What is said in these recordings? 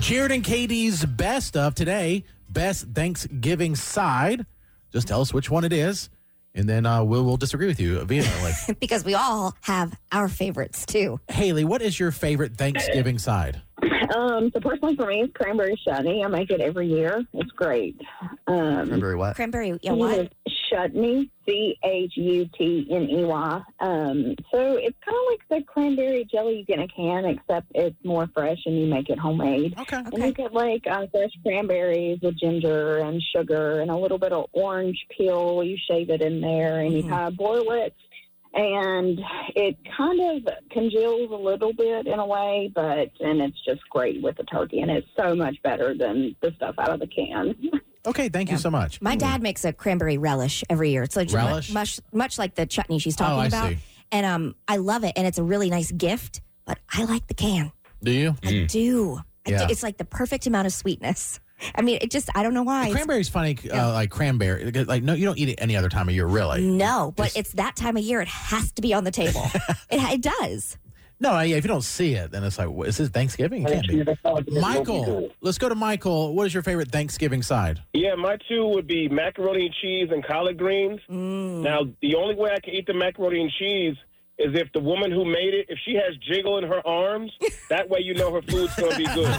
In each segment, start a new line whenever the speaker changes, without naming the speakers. Jared and Katie's best of today, best Thanksgiving side. Just tell us which one it is, and then uh, we'll, we'll disagree with you vehemently.
because we all have our favorites too.
Haley, what is your favorite Thanksgiving side?
Um, so personally for me, it's cranberry chutney. I make it every year. It's great. Um,
Remember what?
Cranberry, yeah,
it
what?
is Chutney, C H U T N E Y. Um, so it's kind of like the cranberry jelly you get in a can, except it's more fresh and you make it homemade.
Okay.
And you
Okay.
get like uh, fresh cranberries with ginger and sugar and a little bit of orange peel. You shave it in there and you
Mhm.
kind of boil it. And it kind of congeals a little bit in a way, but and it's just great with the turkey, and it's so much better than the stuff out of the can.
Okay, thank you
Yeah.
so much.
My dad makes a cranberry relish every year. It's like
Relish?
much much like the chutney she's
Oh,
talking
I
about.
see.
And um I love it and it's a really nice gift, but I like the can.
Do you?
I do. I
Mm. Yeah.
do. It's like the perfect amount of sweetness. I mean, it just I don't know why. It's-
Cranberry's funny, uh, like cranberry. Like, no, you don't eat it any other time of year, really.
no, but it's that time of year. It has to be on the table. it, it does.
No, I- if you don't see it, then it's like, what, is this Thanksgiving? It can't be. Michael, let's go to Michael. What is your favorite Thanksgiving side?
Yeah, my two would be macaroni and cheese and collard greens.
Mm.
Now, the only way I can eat the macaroni and cheese is if the woman who made it, if she has jiggle in her arms, that way you know her food's going to be good.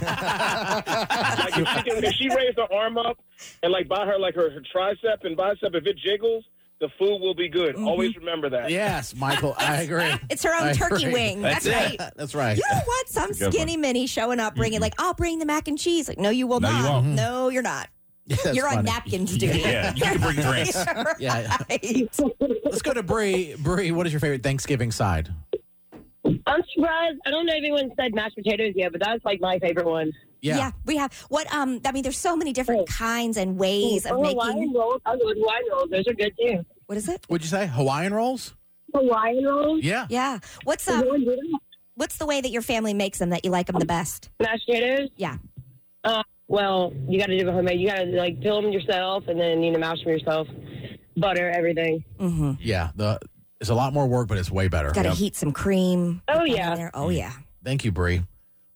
like if she, can, if she raised her arm up and like by her, like her, her tricep and bicep, if it jiggles, the food will be good. Always remember that.
Yes, Michael, I agree.
It's her own
I
turkey
agree.
wing. That's, right.
That's right.
You don't want some
Good one.
skinny mini showing up bringing like, I'll bring the mac and cheese. Like, no, you will
No, you
not.
won't.
No, you're not.
That's
you're on
funny.
napkins duty.
Yeah, you can bring drinks.
Yeah. Let's go to Bree. Bree, what is your favorite Thanksgiving side?
I'm surprised. I don't know if anyone said mashed potatoes yet, but that's like my favorite one.
Yeah. we have what um I mean there's so many different kinds and ways of
Oh,
making
Hawaiian rolls. I love Hawaiian rolls. Those are good too.
what is it?
Would you say Hawaiian rolls?
Hawaiian rolls,
Yeah.
Yeah. What's
Is
uh
anyone doing
what's the way that your family makes them that you like them the best?
mashed potatoes.
Yeah.
Uh, well, you got to do it homemade. You got to like peel them yourself and then you know mash them yourself. Butter, everything.
Mm-hmm.
Yeah. The it's a lot more work, but it's way better.
Got to
Yep.
heat some cream.
Oh,
put that in
yeah.
there. Oh yeah.
Thank you, Bree.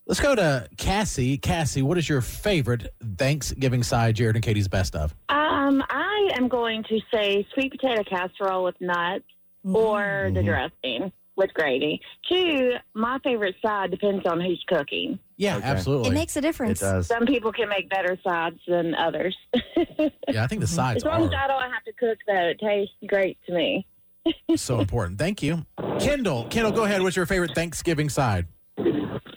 Let's go to Cassie. Cassie, what is your favorite Thanksgiving side, Jared and Katie's best of?
Um, I am going to say sweet potato casserole with nuts
Mm-hmm.
or the
Mhm.
dressing with gravy. Two, my favorite side depends on who's cooking.
Yeah,
Okay.
absolutely.
It makes a
It
difference.
does.
Some people can make better sides than others.
yeah, I think the sides
as long as
are
I don't have to cook, though, it tastes great to me.
so important. Thank you. Kendall, Kendall, go ahead. What's your favorite Thanksgiving side?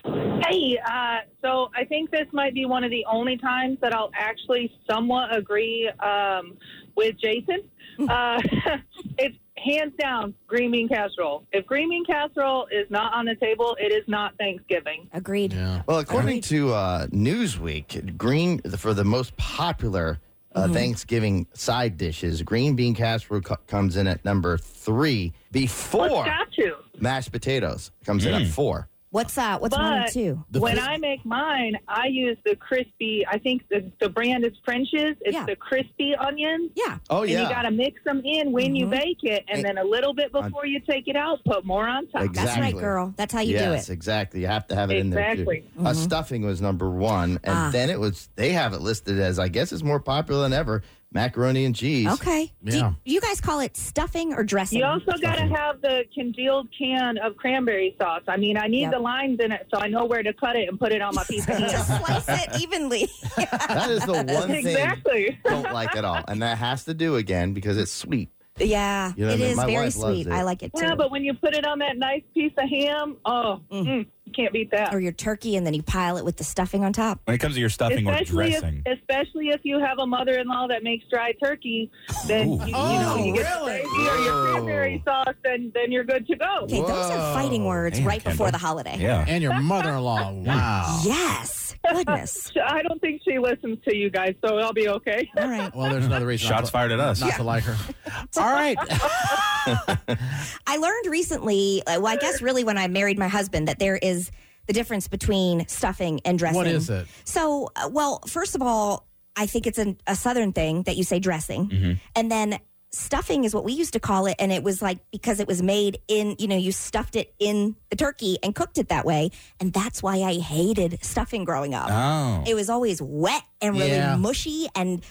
Hey, uh, so I think this might be one of the only times that I'll actually somewhat agree um, with Jason. Uh, it's hands down green bean casserole. If green bean casserole is not on the table, it is not Thanksgiving.
Agreed.
Yeah.
Well, according to uh, Newsweek, green for the most popular uh,
Mhm.
Thanksgiving side dishes, green bean casserole co- comes in at number three before
What's got to?
mashed potatoes comes in at four.
What's uh what's one and
But-
two?
The
when
fir-
I make mine, I use the crispy. I think the, the brand is French's. It's
Yeah.
the crispy onions.
Yeah.
Oh
and you
yeah,
got to mix them in when you
Mhm.
bake it, and
And-
then a little bit before you take it out, put more on top.
Exactly.
That's right, girl. That's how you
yes,
do it. Mm-hmm.
exactly. You have to have it in there
Exactly.
too. Uh, stuffing was number one, and
Ah.
then it was they have it listed as I guess it's more popular than ever macaroni and cheese.
Okay. Do
Yeah.
you, you guys call it stuffing or dressing?
You also got to have the congealed can of cranberry sauce. I mean, I need
Yep.
the lines in it so I know where to cut it and put it on my pizza.
Just slice it evenly.
That is the one thing I
exactly.
don't like at all, and that has to do again because it's sweet.
Yeah,
You know what
it
I mean?
is
My
very
wife loves
sweet.
it.
I like it too.
Yeah, but when you put it on that nice piece of ham, oh,
Mm.
mm. you can't beat that.
or your turkey, and then you pile it with the stuffing on top.
When it comes to your stuffing or
Especially if,
dressing,
especially if you have a mother-in-law that makes dry turkey, then
Ooh.
you, you
Oh,
know you get
really?
the gravy or your
Whoa.
cranberry sauce, then then you're good to go.
Okay, those are fighting
Whoa.
words
Damn,
right before the
Kendall.
holiday.
yeah.
And your mother-in-law. Wow.
Yes, goodness.
I don't think she listens to you guys, so I'll be okay.
All right,
Well, there's another reason. not
Shots
to-
fired at us.
Not to like her. All right.
I learned recently. uh, Well, I guess really when I married my husband, that there is the difference between stuffing and dressing.
What is it?
So, uh, well, first of all, I think it's an, a Southern thing that you say dressing,
Mhm.
and then stuffing is what we used to call it. And it was like because it was made in, you know, you stuffed it in the turkey and cooked it that way. And that's why I hated stuffing growing up.
Oh.
It was always wet and really
Yeah.
mushy. And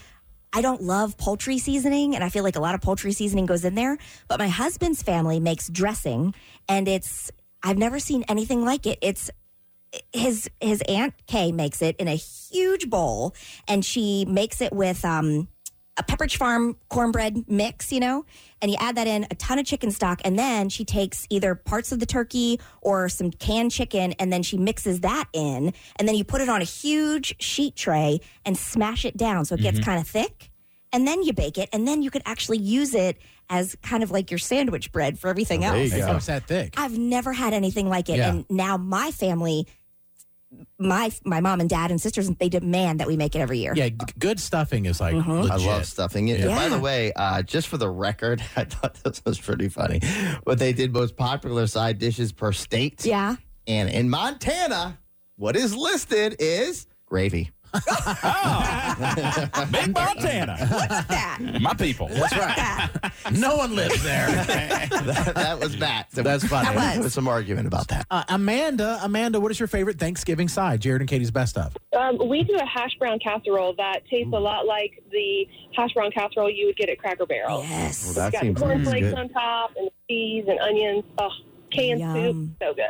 I don't love poultry seasoning. And I feel like a lot of poultry seasoning goes in there. But my husband's family makes dressing. And it's, I've never seen anything like it. It's his his aunt Kay makes it in a huge bowl, and she makes it with um, a Pepperidge Farm cornbread mix, you know. And you add that in a ton of chicken stock, and then she takes either parts of the turkey or some canned chicken, and then she mixes that in, and then you put it on a huge sheet tray and smash it down so it
Mm-hmm.
gets kind of thick. And then you bake it, and then you could actually use it as kind of like your sandwich bread for everything else.
It comes that thick.
I've never had anything like it,
Yeah.
and now my family, my my mom and dad and sisters, they demand that we make it every year.
Yeah, g- good stuffing is
Mm-hmm.
like
I
legit.
love stuffing it. And By the
Yeah.
way, uh, just for the record, I thought this was pretty funny. But they did most popular side dishes per state.
Yeah.
And in Montana, what is listed is gravy.
Big Montana.
Look at that. Look
My people.
That's
at
right.
that.
No one lives there.
that, that was Matt.
That's funny. That
was.
There was some argument about that.
Uh, Amanda, Amanda, what is your favorite Thanksgiving side? Jared and Katie's best of.
Um, we do a hash brown casserole that tastes
Mm.
a lot like the hash brown casserole you would get at Cracker Barrel.
Yes.
that
Got the cornflakes on top and cheese and onions. Oh, canned
Yum.
soup, so good.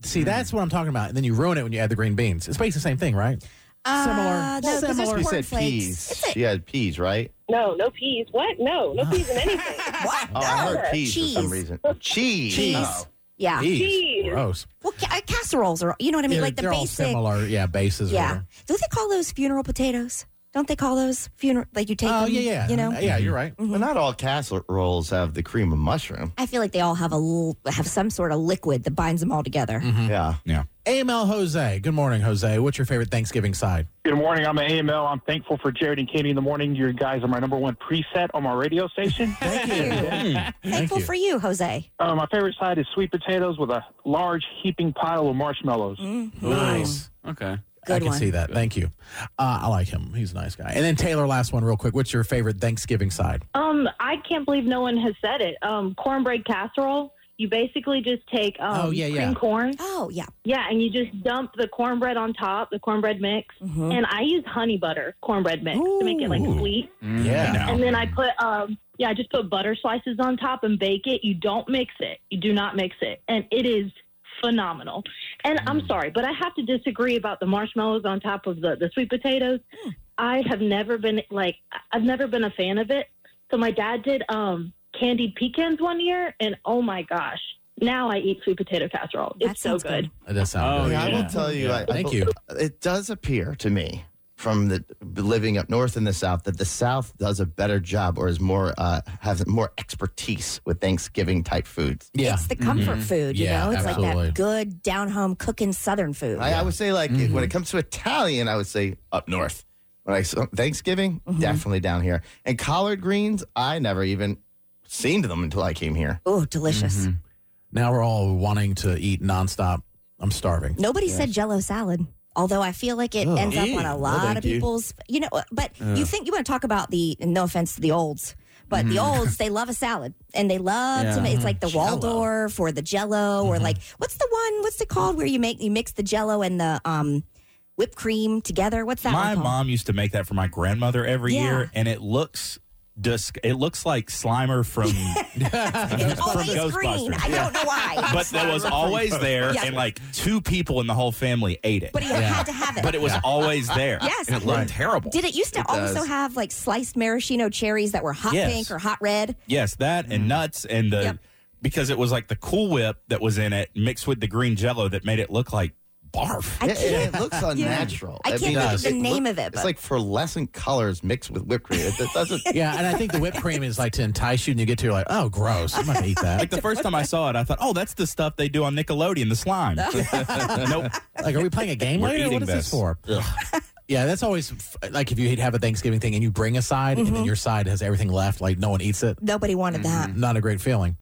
Hmm.
See, that's what I'm talking about. And then you ruin it when you add the green beans. It's basically the same thing, right?
Uh, no, 'cause there's
She said
cornflakes.
peas. She had peas, right?
No, no peas. What? No, no peas in anything.
What?
Oh, I
No.
heard peas for
Cheese.
some reason. Cheese.
Cheese.
Oh.
Yeah.
Jeez,
Jeez.
gross.
Well, ca- uh, casseroles are, you know what I mean?
They're-
like the
they're
basic.
all similar. Yeah, bases. or
Yeah.
whatever.
Do they call those funeral potatoes? Don't they call those funeral? Like you take
Oh
them,
yeah, yeah.
you know? Mm-hmm.
Yeah, you're right.
Well, not all casseroles have the cream of mushroom.
I feel like they all have a l- have some sort of liquid that binds them all together.
Mm-hmm.
Yeah.
AML Jose. Good morning, Jose. What's your favorite Thanksgiving side?
Good morning. I'm an AML. I'm thankful for Jared and Katie in the morning. You guys are my number one preset on my radio station.
Thank you. Thankful
you.
for you, Jose.
uh, my favorite side is sweet potatoes with a large heaping pile of marshmallows.
Nice.
Okay.
Good
I can
one.
see that. Thank you. Uh, I like him. He's a nice guy. And then Taylor, last one, real quick. What's your favorite Thanksgiving side?
Um, I can't believe no one has said it. Um, cornbread casserole. You basically just take um,
Oh, yeah, yeah.
cream corn,
Oh yeah.
yeah, and you just dump the cornbread on top, the cornbread mix,
Mhm.
and I use honey butter cornbread mix to make it like
Mm. Ooh.
sweet.
Mm.
Yeah.
And then I put, um, yeah, I just put butter slices on top and bake it. You don't mix it. You do not mix it, and it is phenomenal. And
Mm.
I'm sorry, but I have to disagree about the marshmallows on top of the the sweet potatoes.
Hmm.
I have never been like I've never been a fan of it. So my dad did um, candied pecans one year, and oh my gosh, now I eat sweet potato casserole.
That
it's so
sounds
good.
That does sound
Oh,
good.
Yeah, I
yeah.
will tell you. I, I
Thank
be-
you.
It does appear to me from the living up north and the south that the south does a better job or is more uh, has more expertise with Thanksgiving type foods.
Yeah. Mm-hmm.
It's the comfort food, you
Yeah,
know? It's like
absolutely.
that good down home cooking southern food.
I, I would say like when
Mm-hmm.
it comes to Italian, I would say up north. When I so Thanksgiving,
Mm-hmm.
definitely down here. And collard greens, I never even seen them until I came here.
oh, delicious.
Now we're all wanting to eat nonstop. I'm starving.
Nobody said jello salad. Although I feel like it
Oh.
Ugh.
ends up on
Ew. No,
a lot
thank
of
you.
people's, you know, but you think you want to talk about the, and no offense to the olds, but the
Mm-hmm.
olds, they love a salad and they love to make, it's like the Waldorf or the jello
Mm-hmm.
or like, what's the one, what's it called where you make, you mix the jello and the um, whipped cream together? What's that
My
one called?
mom used to make that for my grandmother every
Yeah.
year, and it looks disc. It looks like Slimer from,
It's always green. I
Ghostbusters.
don't know why.
but that was always there,
Yeah.
and like two people in the whole family ate it.
But
But,
he had to have it.
it was always there.
Yes.
and it looked terrible.
Did it used to
It
also
does.
have like sliced maraschino cherries that were hot
Yes.
pink or hot red?
Yes, that and nuts and the
Yep.
because it was like the Cool Whip that was in it mixed with the green Jello that made it look like barf.
I
Yeah,
can't.
it, it looks unnatural.
I can't think of the
it
name of it,
It's
but-
like fluorescent colors mixed with whipped cream. It, it doesn't.
Yeah, and I think the whipped cream is like to entice you, and you get to you're like, oh, gross. I'm not gonna eat
like
that.
the first time I saw it, I thought, "Oh, that's the stuff they do on Nickelodeon, the slime." nope.
Like, are we playing a game
We're
later? What
eating
is this
this.
for? Yeah, that's always f- like if you have a Thanksgiving
Mm-hmm.
thing and you bring a side, and then your side has everything left, like no one eats it.
Nobody wanted that.
Not a great feeling.